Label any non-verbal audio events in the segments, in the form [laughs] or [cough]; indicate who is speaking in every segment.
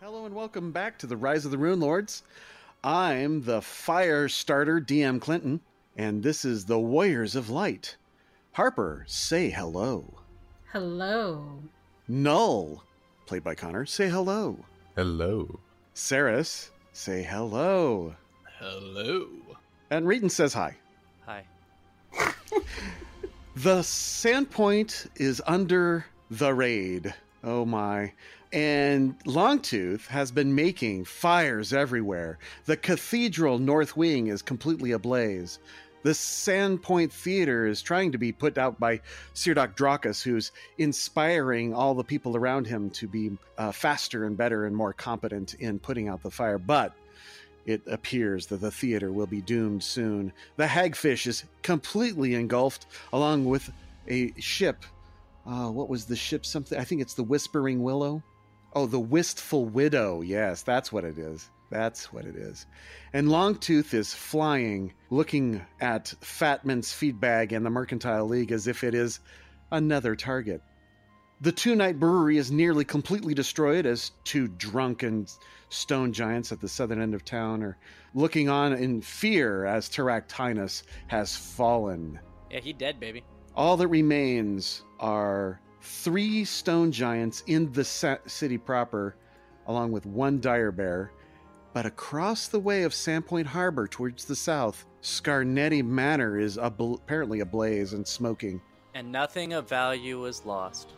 Speaker 1: welcome back to the Rise of the Rune Lords. I'm the fire starter, DM Clinton, and this is the Warriors of Light. Harper, say hello.
Speaker 2: Hello.
Speaker 1: Null, played by Connor, say hello.
Speaker 3: Hello.
Speaker 1: Saris, say hello.
Speaker 4: Hello.
Speaker 1: And Reeton says hi.
Speaker 5: Hi.
Speaker 1: The Sandpoint is under the raid. Oh my. And Longtooth has been making fires everywhere. The cathedral north wing is completely ablaze. The Sandpoint Theater is trying to be put out by Sirdok Drakus, who's inspiring all the people around him to be uh, faster and better and more competent in putting out the fire. But it appears that the theater will be doomed soon. The hagfish is completely engulfed, along with a ship. Uh, what was the ship? Something. I think it's the Whispering Willow. Oh, the Wistful Widow. Yes, that's what it is. That's what it is. And Longtooth is flying, looking at Fatman's feedbag and the Mercantile League as if it is another target. The Two Night Brewery is nearly completely destroyed as two drunken stone giants at the southern end of town are looking on in fear as Teractinus has fallen.
Speaker 5: Yeah, he dead, baby.
Speaker 1: All that remains are three stone giants in the sa- city proper, along with one dire bear. But across the way of Sandpoint Harbor towards the south, Scarnetti Manor is abl- apparently ablaze and smoking.
Speaker 5: And nothing of value was lost.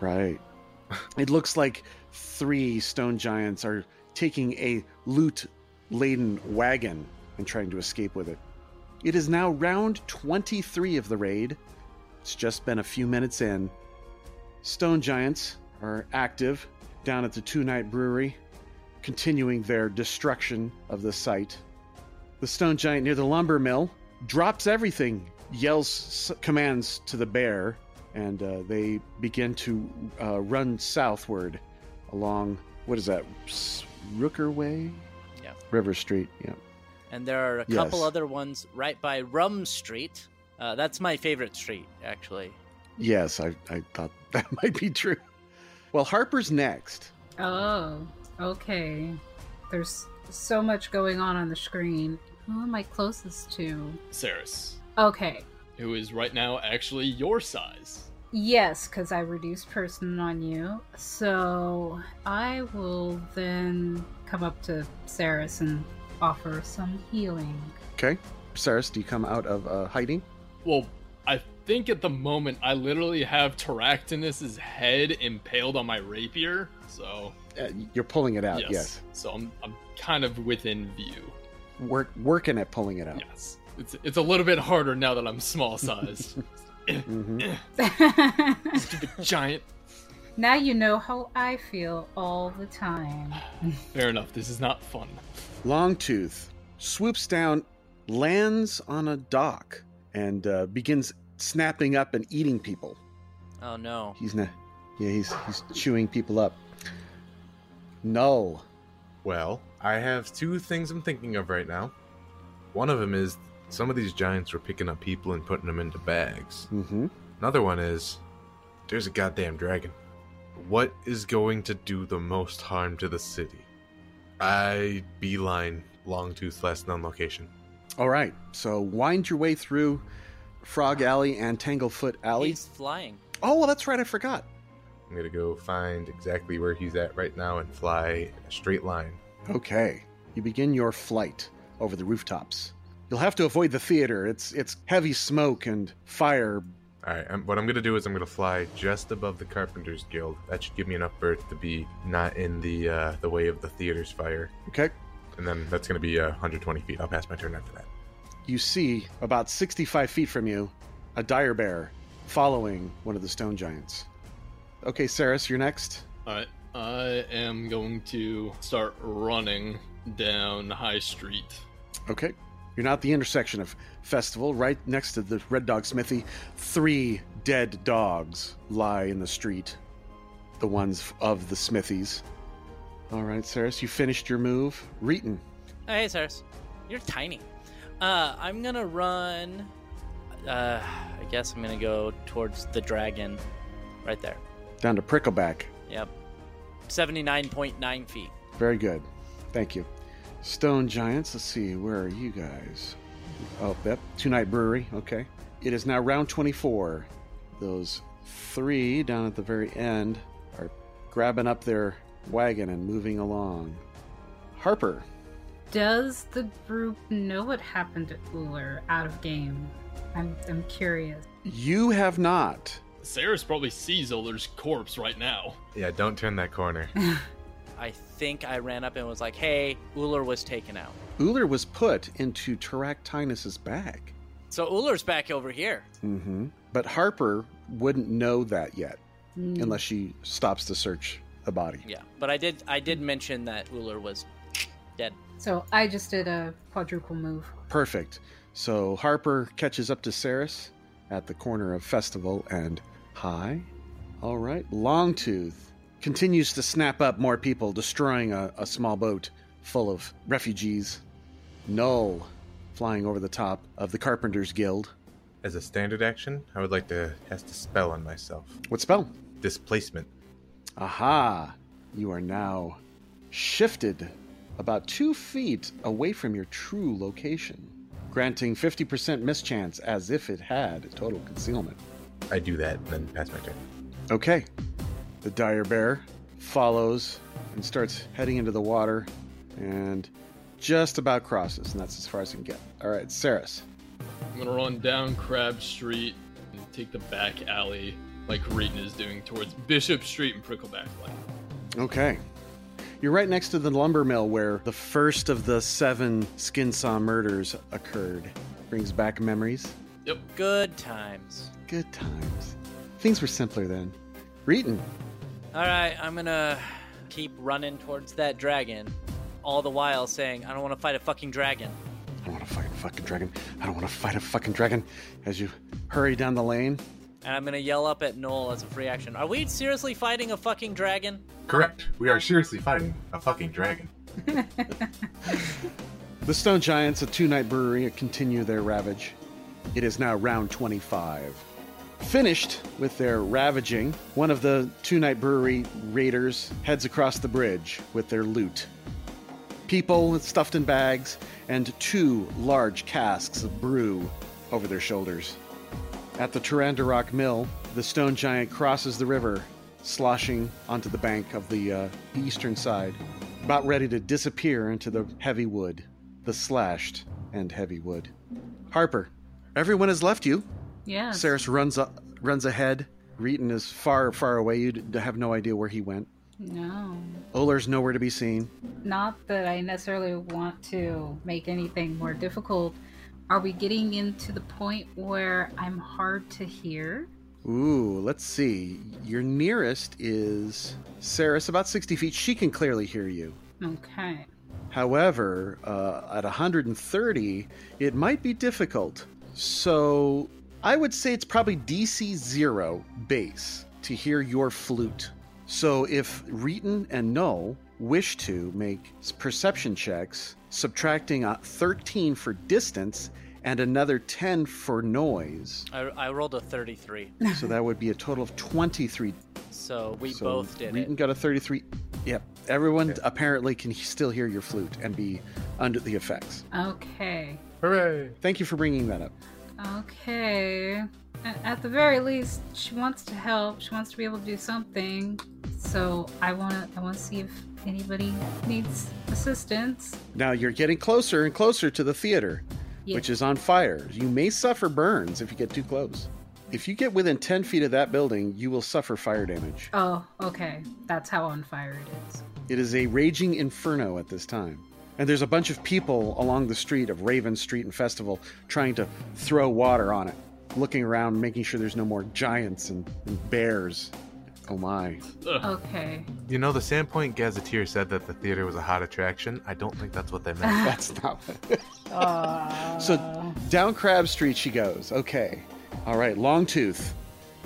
Speaker 1: Right. it looks like three stone giants are taking a loot laden wagon and trying to escape with it. It is now round 23 of the raid. It's just been a few minutes in. Stone giants are active down at the Two Night Brewery, continuing their destruction of the site. The stone giant near the lumber mill drops everything, yells s- commands to the bear, and uh, they begin to uh, run southward along what is that S- Rooker Way?
Speaker 5: Yeah.
Speaker 1: River Street. Yeah.
Speaker 5: And there are a
Speaker 1: Yes.
Speaker 5: couple other ones right by Rum Street. Uh, that's my favorite street, actually.
Speaker 1: Yes, I, I thought [laughs] that might be true. Well, Harper's next.
Speaker 2: Oh, okay. There's so much going on on the screen. Who am I closest to?
Speaker 4: Saris,
Speaker 2: Okay.
Speaker 4: who is right now actually your size.
Speaker 2: Yes, because I reduced person on you. So I will then come up to Saris and offer some healing. [laughs]
Speaker 1: Okay. Saris, do you come out of uh, hiding?
Speaker 4: Well, I think at the moment I literally have Taractinus's head impaled on my rapier, so
Speaker 1: Uh, you're pulling it out, yes.
Speaker 4: So I'm, I'm kind of within view.
Speaker 1: Work, working at pulling it out.
Speaker 4: Yes. It's it's a little bit harder now that I'm small sized.
Speaker 1: hmm
Speaker 4: Stupid giant.
Speaker 2: now you know how I feel all the time.
Speaker 4: Fair enough. This is not fun.
Speaker 1: Longtooth swoops down, lands on a dock, and uh, begins snapping up and eating people.
Speaker 5: Oh no.
Speaker 1: He's not. Yeah, he's he's chewing people up. Null.
Speaker 3: Well, I have two things I'm thinking of right now. One of them is some of these giants were picking up people and putting them into bags.
Speaker 1: Mm-hmm.
Speaker 3: Another one is there's a goddamn dragon. What is going to do the most harm to the city? I beeline Longtooth last known location.
Speaker 1: All right. So wind your way through Frog Alley and Tanglefoot Alley.
Speaker 5: He's flying.
Speaker 1: Oh, well, that's right. I forgot.
Speaker 3: I'm gonna go find exactly where he's at right now and fly in a straight line.
Speaker 1: Okay. You begin your flight over the rooftops. You'll have to avoid the theater. It's it's heavy smoke and fire.
Speaker 3: All right, I'm, what I'm gonna do is I'm gonna fly just above the Carpenters Guild. That should give me enough berth to be not in the uh, the way of the theater's fire,
Speaker 1: Okay.
Speaker 3: and then that's gonna be uh, 120 feet. I'll pass my turn after that.
Speaker 1: You see about 65 feet from you a dire bear following one of the stone giants. Okay, Saris, you're next.
Speaker 4: Alright. I am going to start running down High Street.
Speaker 1: Okay. You're not the intersection of festival. Right next to the Red Dog Smithy, three dead dogs lie in the street. The ones of the Smithies. All right, Saris, you finished your move. Reeton.
Speaker 5: Oh, hey, Cyrus. You're tiny. Uh, I'm gonna run. Uh, I guess I'm gonna go towards the dragon. Right there.
Speaker 1: down to Prickleback.
Speaker 5: Yep. 79.9 feet.
Speaker 1: Very good. Thank you. Stone Giants, let's see, where are you guys? Oh, yep, Two Night Brewery, okay. It is now round 24. Those three down at the very end are grabbing up their wagon and moving along. Harper,
Speaker 2: Does the group know what happened at Uller out of game? I'm, I'm curious.
Speaker 1: you have not.
Speaker 4: Sarah's probably sees Oler's corpse right now.
Speaker 3: Yeah, don't turn that
Speaker 6: [laughs]
Speaker 3: corner.
Speaker 5: I think I ran up and was like, hey, Uller was taken out.
Speaker 1: Uller was put into Taractinus's bag.
Speaker 5: So Uller's back over here.
Speaker 1: Mm-hmm. But Harper wouldn't know that yet
Speaker 2: Mm,
Speaker 1: unless she stops to search a body.
Speaker 5: Yeah. But I did I did mention that Uller was dead.
Speaker 2: So I just did a quadruple move.
Speaker 1: Perfect. So Harper catches up to Saris at the corner of Festival and High. All right. Longtooth continues to snap up more people, destroying a, a small boat full of refugees. Null flying over the top of the Carpenters Guild.
Speaker 3: As a standard action, I would like to cast a spell on myself.
Speaker 1: What spell?
Speaker 3: Displacement.
Speaker 1: Aha! You are now shifted about two feet away from your true location, granting 50% mischance as if it had total concealment.
Speaker 3: I do that and then pass my turn.
Speaker 1: Okay. The dire bear follows and starts heading into the water and just about crosses, and that's as far as it can get. All right, Saris.
Speaker 4: I'm gonna run down Crab Street and take the back alley like Reeton is doing towards Bishop Street and Prickleback Lane.
Speaker 1: Okay. You're right next to the lumber mill where the first of the seven skin saw murders occurred. Brings back memories.
Speaker 5: Good times.
Speaker 1: Good times. Things were simpler then. Reeton.
Speaker 5: Alright, I'm gonna keep running towards that dragon, all the while saying, I don't wanna fight a fucking dragon.
Speaker 1: I don't want to fight a fucking dragon. I don't want to fight a fucking dragon. As you hurry down the lane,
Speaker 5: And I'm gonna yell up at Noel as a free action. Are we seriously fighting a fucking dragon?
Speaker 6: Correct. We are seriously fighting a fucking dragon.
Speaker 1: The Stone Giants, a two night brewery, continue their ravage. It is now round 25. Finished with their ravaging, one of the two night brewery raiders heads across the bridge with their loot people stuffed in bags and two large casks of brew over their shoulders. At the Tarandarock Mill, the stone giant crosses the river, sloshing onto the bank of the uh, eastern side, about ready to disappear into the heavy wood, the slashed and heavy wood. Harper, everyone has left you.
Speaker 2: Yeah.
Speaker 1: Saris runs up, runs ahead. Reeton is far, far away. You d- have no idea where he went.
Speaker 2: No.
Speaker 1: Oler's nowhere to be seen.
Speaker 2: Not that I necessarily want to make anything more difficult. Are we getting into the point where I'm hard to hear?
Speaker 1: Ooh, let's see. Your nearest is Saris, about 60 feet. She can clearly hear you.
Speaker 2: Okay.
Speaker 1: However, uh, at 130, it might be difficult. So I would say it's probably DC 0 base to hear your flute. So if Reeton and Null wish to make s- perception checks, subtracting a 13 for distance and another 10 for noise,
Speaker 5: I, I rolled a 33,
Speaker 1: so that would be a total of 23
Speaker 5: so we
Speaker 1: so
Speaker 5: both did
Speaker 1: Reeton
Speaker 5: it.
Speaker 1: got a 33. Yep. Everyone apparently can he- still hear your flute and be under the effects.
Speaker 2: Okay.
Speaker 3: Hooray!
Speaker 1: Thank you for bringing that up.
Speaker 2: Okay. A- At the very least, she wants to help. She wants to be able to do something. So I want to. I want to see if anybody needs assistance.
Speaker 1: Now you're getting closer and closer to the theater,
Speaker 2: Yeah.
Speaker 1: which is on fire. You may suffer burns if you get too close. If you get within 10 feet of that building, you will suffer fire damage.
Speaker 2: Oh, okay. That's how on fire it is.
Speaker 1: It is a raging inferno at this time. And there's a bunch of people along the street of Raven Street and Festival trying to throw water on it, looking around, making sure there's no more giants and, and bears. Oh my.
Speaker 2: Okay.
Speaker 3: You know, the Sandpoint Gazetteer said that the theater was a hot attraction. I don't think that's what they meant.
Speaker 1: [laughs] That's not.
Speaker 2: Uh,
Speaker 1: so down Crab Street she goes. Okay. All right. Longtooth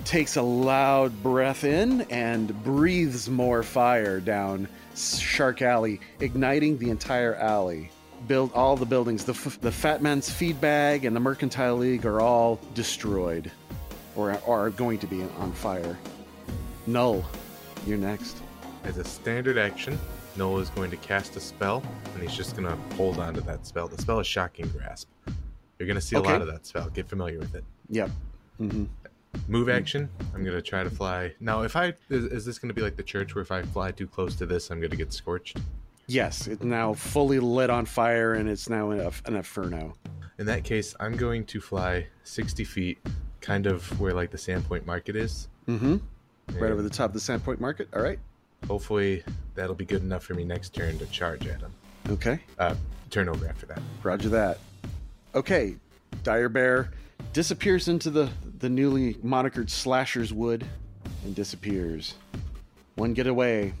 Speaker 1: takes a loud breath in and breathes more fire down Shark Alley, igniting the entire alley. Build all the buildings. The, f- the Fat Man's Feed Bag and the Mercantile League are all destroyed, or are going to be on fire. Null, you're next.
Speaker 3: As a standard action, Noah is going to cast a spell, and he's just going to hold on to that spell. The spell is Shocking Grasp. You're going to see a lot
Speaker 1: Okay.
Speaker 3: of that spell. Get familiar with it.
Speaker 1: Yep. hmm
Speaker 3: Move action. I'm going to try to fly. Now, if I is, is this going to be like the church where if I fly too close to this, I'm going to get scorched?
Speaker 1: Yes, it's now fully lit on fire and it's now in a, an inferno.
Speaker 3: In that case, I'm going to fly 60 feet, kind of where like the Sandpoint Market is.
Speaker 1: Mm-hmm. Right
Speaker 3: and
Speaker 1: over the top of the Sandpoint Market. All right.
Speaker 3: Hopefully, that'll be good enough for me next turn to charge at him.
Speaker 1: Okay.
Speaker 3: Uh, turn over after that.
Speaker 1: Roger that. Okay. Dire Bear disappears into the, the newly monikered Slasher's Wood and disappears. One getaway.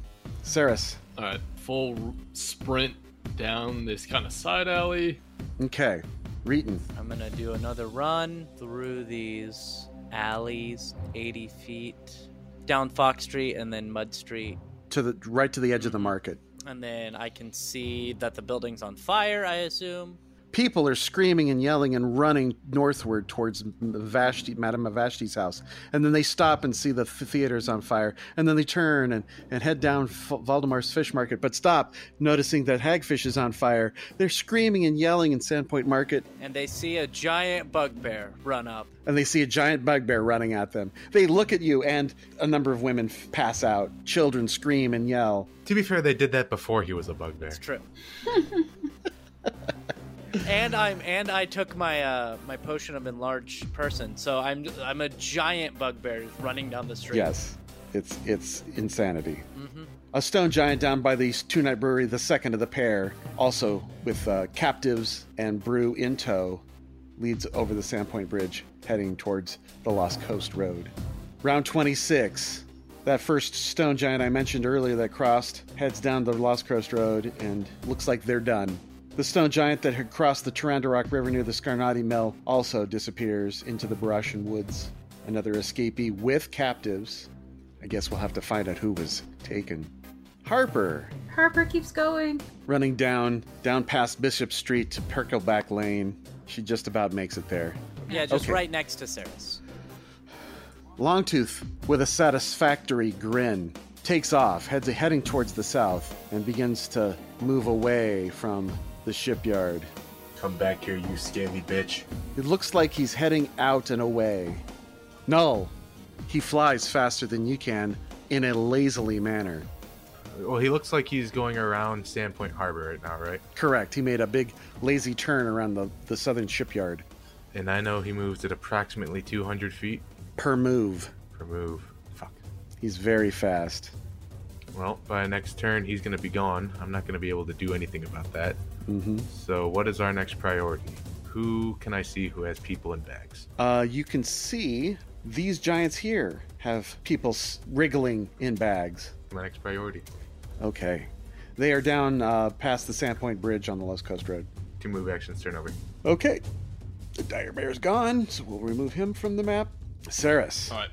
Speaker 1: Saris.
Speaker 4: All right, full r- sprint down this kind of side alley.
Speaker 1: Okay. Reeton.
Speaker 5: I'm gonna do another run through these alleys, 80 feet down Fox Street and then Mud Street,
Speaker 1: To the right to the edge of the market.
Speaker 5: and then I can see that the building's on fire. I assume.
Speaker 1: People are screaming and yelling and running northward towards M- Vashti, Madame Vashti's house. And then they stop and see the th- theater's on fire. And then they turn and, and head down F- Valdemar's fish market, but stop, noticing that hagfish is on fire. They're screaming and yelling in Sandpoint Market,
Speaker 5: And they see a giant bugbear run up.
Speaker 1: and they see a giant bugbear running at them. They look at you, and a number of women f- pass out. Children scream and yell.
Speaker 3: To be fair, they did that before he was a bugbear.
Speaker 1: [laughs]
Speaker 5: It's true. and I'm and I took my uh, my potion of enlarged person, so I'm I'm a giant bugbear just running down the street.
Speaker 1: Yes, it's, it's insanity.
Speaker 5: hmm
Speaker 1: A stone giant down by the Two Night Brewery, the second of the pair, also with uh, captives and brew in tow, leads over the Sandpoint Bridge, heading towards the Lost Coast Road. Round 26. That first stone giant I mentioned earlier that crossed heads down the Lost Coast Road and looks like they're done. The stone giant that had crossed the Tarandarock River near the Scarnati Mill also disappears into the brush and woods. Another escapee with captives. I guess we'll have to find out who was taken. Harper,
Speaker 2: Harper keeps going.
Speaker 1: running down down past Bishop Street to Perkleback Lane. She just about makes it there.
Speaker 5: Yeah, just
Speaker 1: Okay.
Speaker 5: right next to Ceres.
Speaker 1: Longtooth, with a satisfactory grin, takes off, heads heading towards the south, and begins to move away from the shipyard.
Speaker 6: Come back here, you scaly bitch.
Speaker 1: It looks like he's heading out and away. Null, he flies faster than you can in a lazily manner.
Speaker 3: Well, he looks like he's going around Sandpoint Harbor right now, right?
Speaker 1: Correct, he made a big lazy turn around the, the southern shipyard
Speaker 3: And I know he moves at approximately 200 feet
Speaker 1: per move.
Speaker 3: per move. Fuck.
Speaker 1: He's very fast.
Speaker 3: Well, by next turn, he's going to be gone. I'm not going to be able to do anything about that.
Speaker 1: hmm
Speaker 3: So, what is our next priority? Who can I see who has people in bags?
Speaker 1: Uh, you can see these giants here have people s- wriggling in bags.
Speaker 3: My next priority
Speaker 1: Okay. They are down uh, past the Sandpoint Bridge on the West Coast Road.
Speaker 3: two move actions, turn over.
Speaker 1: Okay. The Dire Bear's gone, so we'll remove him from the map. Saris.
Speaker 4: All right,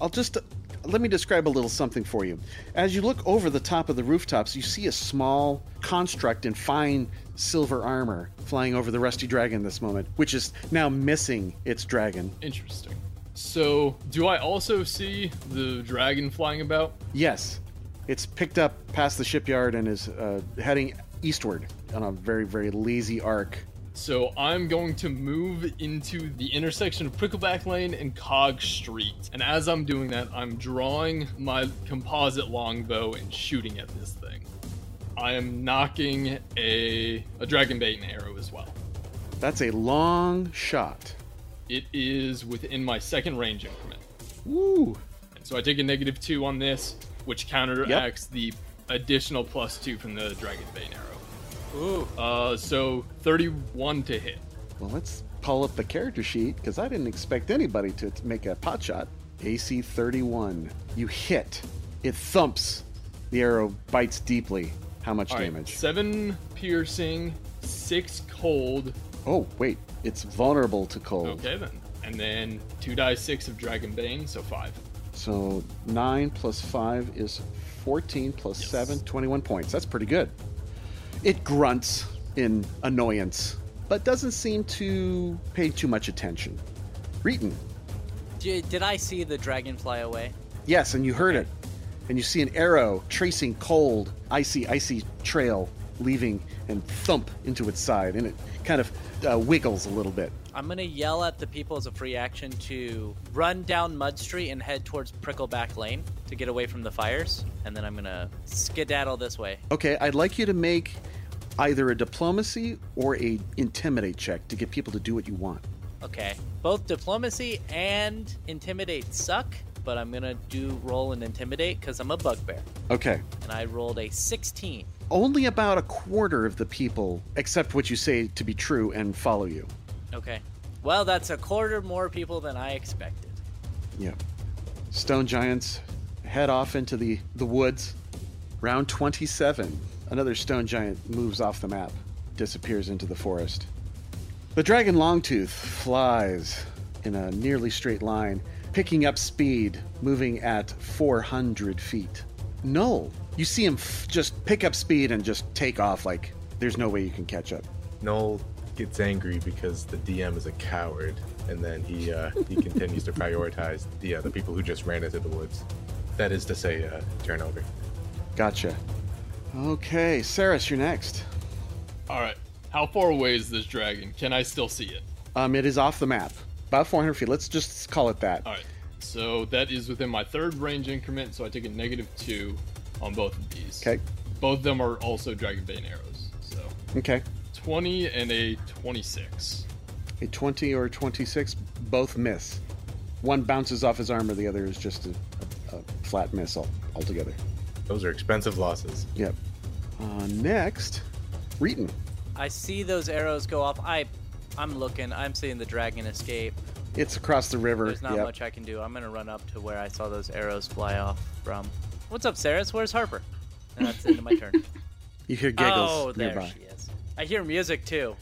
Speaker 1: I'll just uh, let me describe a little something for you. As you look over the top of the rooftops, you see a small construct in fine silver armor flying over the rusty dragon this moment, which is now missing its dragon.
Speaker 4: interesting. So, do I also see the dragon flying about?
Speaker 1: Yes, it's picked up past the shipyard and is uh, heading eastward on a very, very lazy arc.
Speaker 4: So I'm going to move into the intersection of Prickleback Lane and Cog Street. And as I'm doing that, I'm drawing my composite longbow and shooting at this thing. I am knocking a, a dragon bait and arrow as well.
Speaker 1: That's a long shot.
Speaker 4: It is within my second range increment.
Speaker 1: Woo!
Speaker 4: And so I take a negative two on this, which counteracts the additional plus two from the dragon bait and arrow.
Speaker 5: Ooh,
Speaker 4: Uh, so 31 to hit.
Speaker 1: Well, let's pull up the character sheet because I didn't expect anybody to t- make a pot shot. AC 31. You hit. It thumps. The arrow bites deeply. How much
Speaker 4: All right,
Speaker 1: damage?
Speaker 4: seven piercing, six cold.
Speaker 1: Oh, wait. It's vulnerable to cold.
Speaker 4: Okay then, and then two die six of dragon bane, so five.
Speaker 1: So 9 plus 5 is 14 plus
Speaker 4: Yes.
Speaker 1: 7, 21 points. That's pretty good. It grunts in annoyance, but doesn't seem to pay too much attention. Reeton.
Speaker 5: did, did I see the dragon fly away?
Speaker 1: Yes, and you heard it. and you see an arrow tracing cold, icy, icy trail leaving and thump into its side, and it kind of uh, wiggles a little bit.
Speaker 5: I'm gonna yell at the people as a free action to run down Mud Street and head towards Prickleback Lane to get away from the fires, and then I'm gonna skedaddle this way.
Speaker 1: Okay, I'd like you to make either a diplomacy or a intimidate check to get people to do what you want.
Speaker 5: Okay, both diplomacy and intimidate suck, but I'm gonna do roll and intimidate because I'm a bugbear,
Speaker 1: Okay.
Speaker 5: and I rolled a 16.
Speaker 1: Only about a quarter of the people accept what you say to be true and follow you.
Speaker 5: Okay, well that's a quarter more people than I expected.
Speaker 1: Yeah. Stone giants head off into the, the woods. Round 27. Another stone giant moves off the map, disappears into the forest. The dragon longtooth flies in a nearly straight line, picking up speed, moving at 400 feet. No, you see him f- just pick up speed and just take off like there's no way you can catch up.
Speaker 3: Noel gets angry because the DM is a coward, and then he uh, he continues to prioritize the uh, the people who just ran into the woods. That is to say, uh, turnover.
Speaker 1: Gotcha. Okay, Saris, you're next.
Speaker 4: All right. How far away is this dragon? Can I still see it?
Speaker 1: Um, it is off the map, about 400 feet. Let's just call it that.
Speaker 4: All right. So that is within my third range increment, so I take a negative two on both of these.
Speaker 1: Okay.
Speaker 4: Both of them are also dragon bane arrows. So
Speaker 1: Okay.
Speaker 4: 20 and a 26.
Speaker 1: A 20 or a 26, both miss. One bounces off his armor, the other is just a, a, a flat miss al- altogether.
Speaker 3: Those are expensive losses.
Speaker 1: Yep. Uh, next, Reeton.
Speaker 5: I see those arrows go off. I, I'm looking. I'm seeing the dragon escape.
Speaker 1: It's across the river.
Speaker 5: There's not
Speaker 1: yep.
Speaker 5: much I can do. I'm gonna run up to where I saw those arrows fly off from. What's up, Saris? Where's Harper? And that's the end of my turn.
Speaker 1: You hear [laughs] giggles
Speaker 5: oh, there
Speaker 1: nearby.
Speaker 5: she is. I hear music too.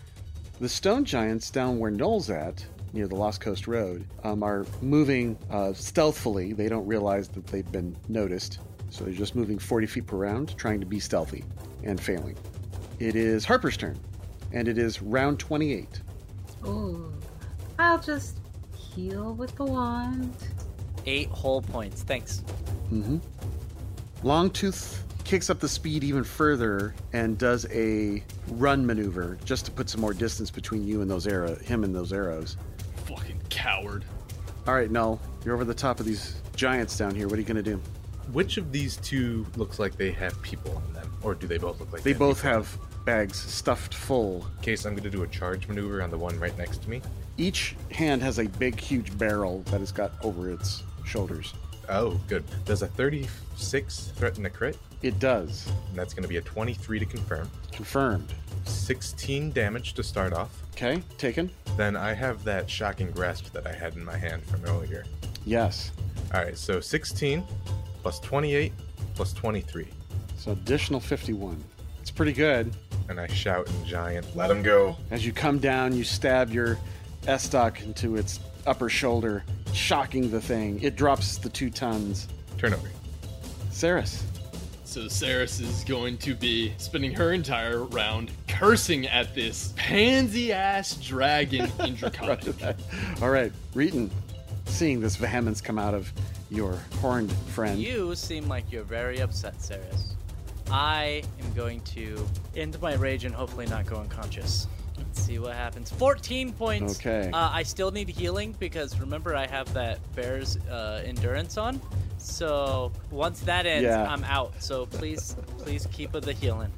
Speaker 1: The stone giants down where Knoll's at, near the Lost Coast Road, um, are moving uh, stealthily. They don't realize that they've been noticed, so they're just moving 40 feet per round, trying to be stealthy and failing. It is Harper's turn, and it is round 28.
Speaker 2: Ooh. I'll just heal with the wand.
Speaker 5: Eight whole points. Thanks.
Speaker 1: Mm-hmm. Longtooth kicks up the speed even further and does a run maneuver just to put some more distance between you and those arrow, him and those arrows.
Speaker 4: Fucking coward.
Speaker 1: All right, Null, you're over the top of these giants down here. What are you gonna do?
Speaker 3: Which of these two looks like they have people on them, or do they both look like
Speaker 1: They
Speaker 3: have
Speaker 1: both
Speaker 3: people?
Speaker 1: have bags stuffed full.
Speaker 3: In case I'm going to do a charge maneuver on the one right next to me.
Speaker 1: Each hand has a big, huge barrel that it's got over its shoulders.
Speaker 3: Oh, good. Does a 36 threaten a crit?
Speaker 1: It does.
Speaker 3: And that's going to be a 23 to confirm.
Speaker 1: Confirmed.
Speaker 3: 16 damage to start off.
Speaker 1: Okay, taken.
Speaker 3: Then I have that shocking grasp that I had in my hand from earlier.
Speaker 1: Yes.
Speaker 3: All right, so 16 plus 28 plus 23.
Speaker 1: So additional 51. It's pretty good.
Speaker 3: And I shout in giant, let him go.
Speaker 1: As you come down, you stab your estoc into its upper shoulder, shocking the thing. It drops the two tons.
Speaker 3: Turnover.
Speaker 1: Saris.
Speaker 4: So Saris is going to be spending her entire round cursing at this pansy ass dragon in Draconic.
Speaker 1: [laughs] All right, Reeton, seeing this vehemence come out of your horned friend.
Speaker 5: You seem like you're very upset, Saris. I am going to end my rage and hopefully not go unconscious. Let's see what happens. 14 points.
Speaker 1: Okay.
Speaker 5: Uh, I still need healing because remember I have that bear's uh, endurance on. So once that ends,
Speaker 1: Yeah.
Speaker 5: I'm out. So please, please keep the healing.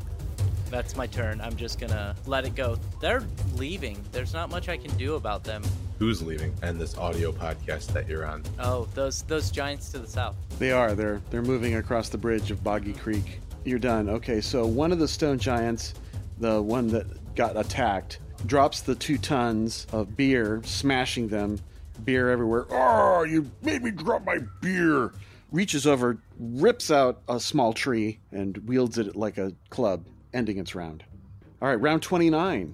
Speaker 5: That's my turn. I'm just gonna let it go. They're leaving. There's not much I can do about them.
Speaker 3: Who's leaving? And this audio podcast that you're on.
Speaker 5: Oh, those those giants to the south.
Speaker 1: They are. They're they're moving across the bridge of Boggy Creek. You're done. Okay, so one of the stone giants, the one that got attacked, drops the two tons of beer, smashing them. Beer everywhere. Oh, you made me drop my beer. Reaches over, rips out a small tree, and wields it like a club, ending its round. All right, round 29.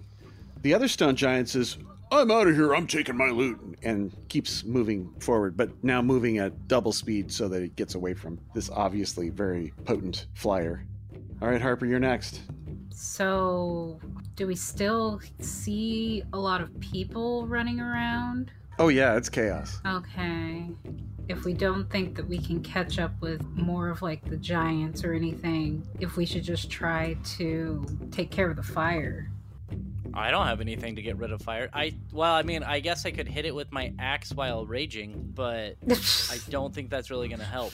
Speaker 1: The other stone giant says, I'm out of here, I'm taking my loot, and keeps moving forward, but now moving at double speed so that it gets away from this obviously very potent flyer. All right, Harper, you're next.
Speaker 2: So, do we still see a lot of people running around?
Speaker 1: Oh, yeah, it's chaos.
Speaker 2: Okay. if we don't think that we can catch up with more of like the giants or anything, if we should just try to take care of the fire.
Speaker 5: I don't have anything to get rid of fire. I well, I mean, I guess I could hit it with my axe while raging, but I don't think that's really gonna help.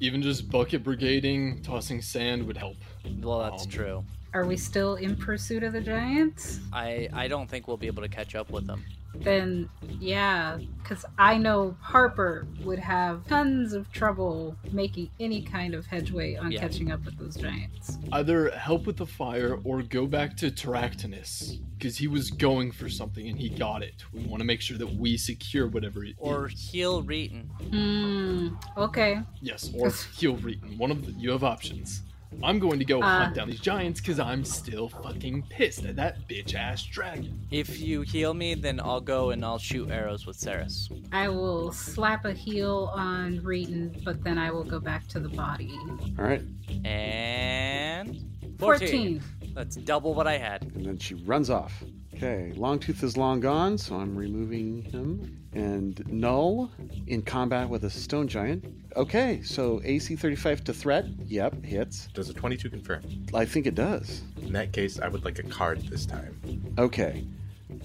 Speaker 4: Even just bucket brigading, tossing sand would help.
Speaker 5: Well, that's
Speaker 4: Um,
Speaker 5: true.
Speaker 2: Are we still in pursuit of the giants?
Speaker 5: I I don't think we'll be able to catch up with them.
Speaker 2: Then, yeah, because I know Harper would have tons of trouble making any kind of hedgeway on
Speaker 5: Yeah.
Speaker 2: catching up with those giants.
Speaker 4: Either help with the fire or go back to Taractinus, because he was going for something and he got it. We want to make sure that we secure whatever it
Speaker 5: Or
Speaker 4: is.
Speaker 5: heal Reeton.
Speaker 2: Hmm, okay.
Speaker 4: Yes, or heal Reeton. One of the, you have options. I'm going to go
Speaker 2: Uh.
Speaker 4: hunt down these giants because I'm still fucking pissed at that bitch ass dragon.
Speaker 5: If you heal me, then I'll go and I'll shoot arrows with Ceres.
Speaker 2: I will slap a heel on Reeton, but then I will go back to the body.
Speaker 1: All right.
Speaker 5: And 14.
Speaker 2: 14.
Speaker 5: That's double what I had.
Speaker 1: And then she runs off. Okay, Longtooth is long gone, so I'm removing him. And Null in combat with a stone giant. Okay, so AC 35 to threat. Yep, hits.
Speaker 3: Does a 22 confirm?
Speaker 1: I think it does.
Speaker 3: In that case, I would like a card this time.
Speaker 1: Okay,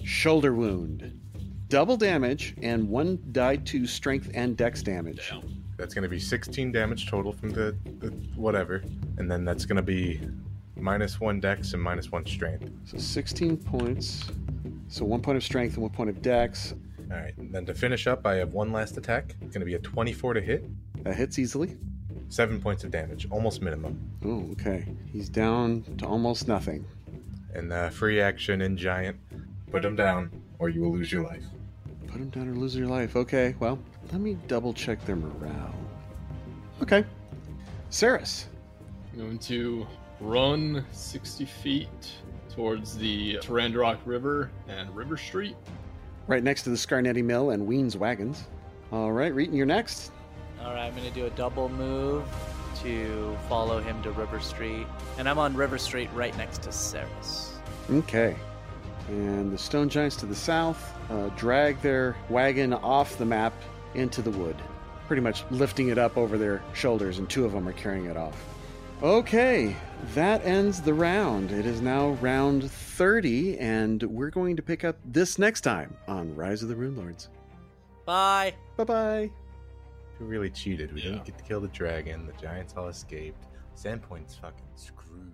Speaker 1: shoulder wound. Double damage and one die to strength and dex damage.
Speaker 3: That's going to be 16 damage total from the, the whatever, and then that's going to be minus one dex and minus one strength.
Speaker 1: So 16 points. So one point of strength and one point of dex.
Speaker 3: All right, and then to finish up, I have one last attack. It's going to be a 24 to hit,
Speaker 1: That hits easily.
Speaker 3: seven points of damage, almost minimum.
Speaker 1: Oh, okay. He's down to almost nothing.
Speaker 3: And uh, free action in giant, put him down, or you will lose your life.
Speaker 1: Put them down or lose your life. Okay, well, let me double check their morale. Okay. Saris.
Speaker 4: I'm going to run 60 feet towards the Tarandrock River and River Street.
Speaker 1: Right next to the Scarnetti Mill and Ween's wagons. All right, Reeton, you're next.
Speaker 5: All right, I'm going to do a double move to follow him to River Street. And I'm on River Street right next to Ceres.
Speaker 1: Okay. And the stone giants to the south uh, drag their wagon off the map into the wood, pretty much lifting it up over their shoulders, and two of them are carrying it off. Okay, that ends the round. It is now round 30, and we're going to pick up this next time on Rise of the Rune Lords.
Speaker 5: Bye.
Speaker 1: Bye bye.
Speaker 3: We really cheated. We
Speaker 4: Yeah.
Speaker 3: didn't get to kill the dragon. The giants all escaped. Sandpoint's fucking screwed.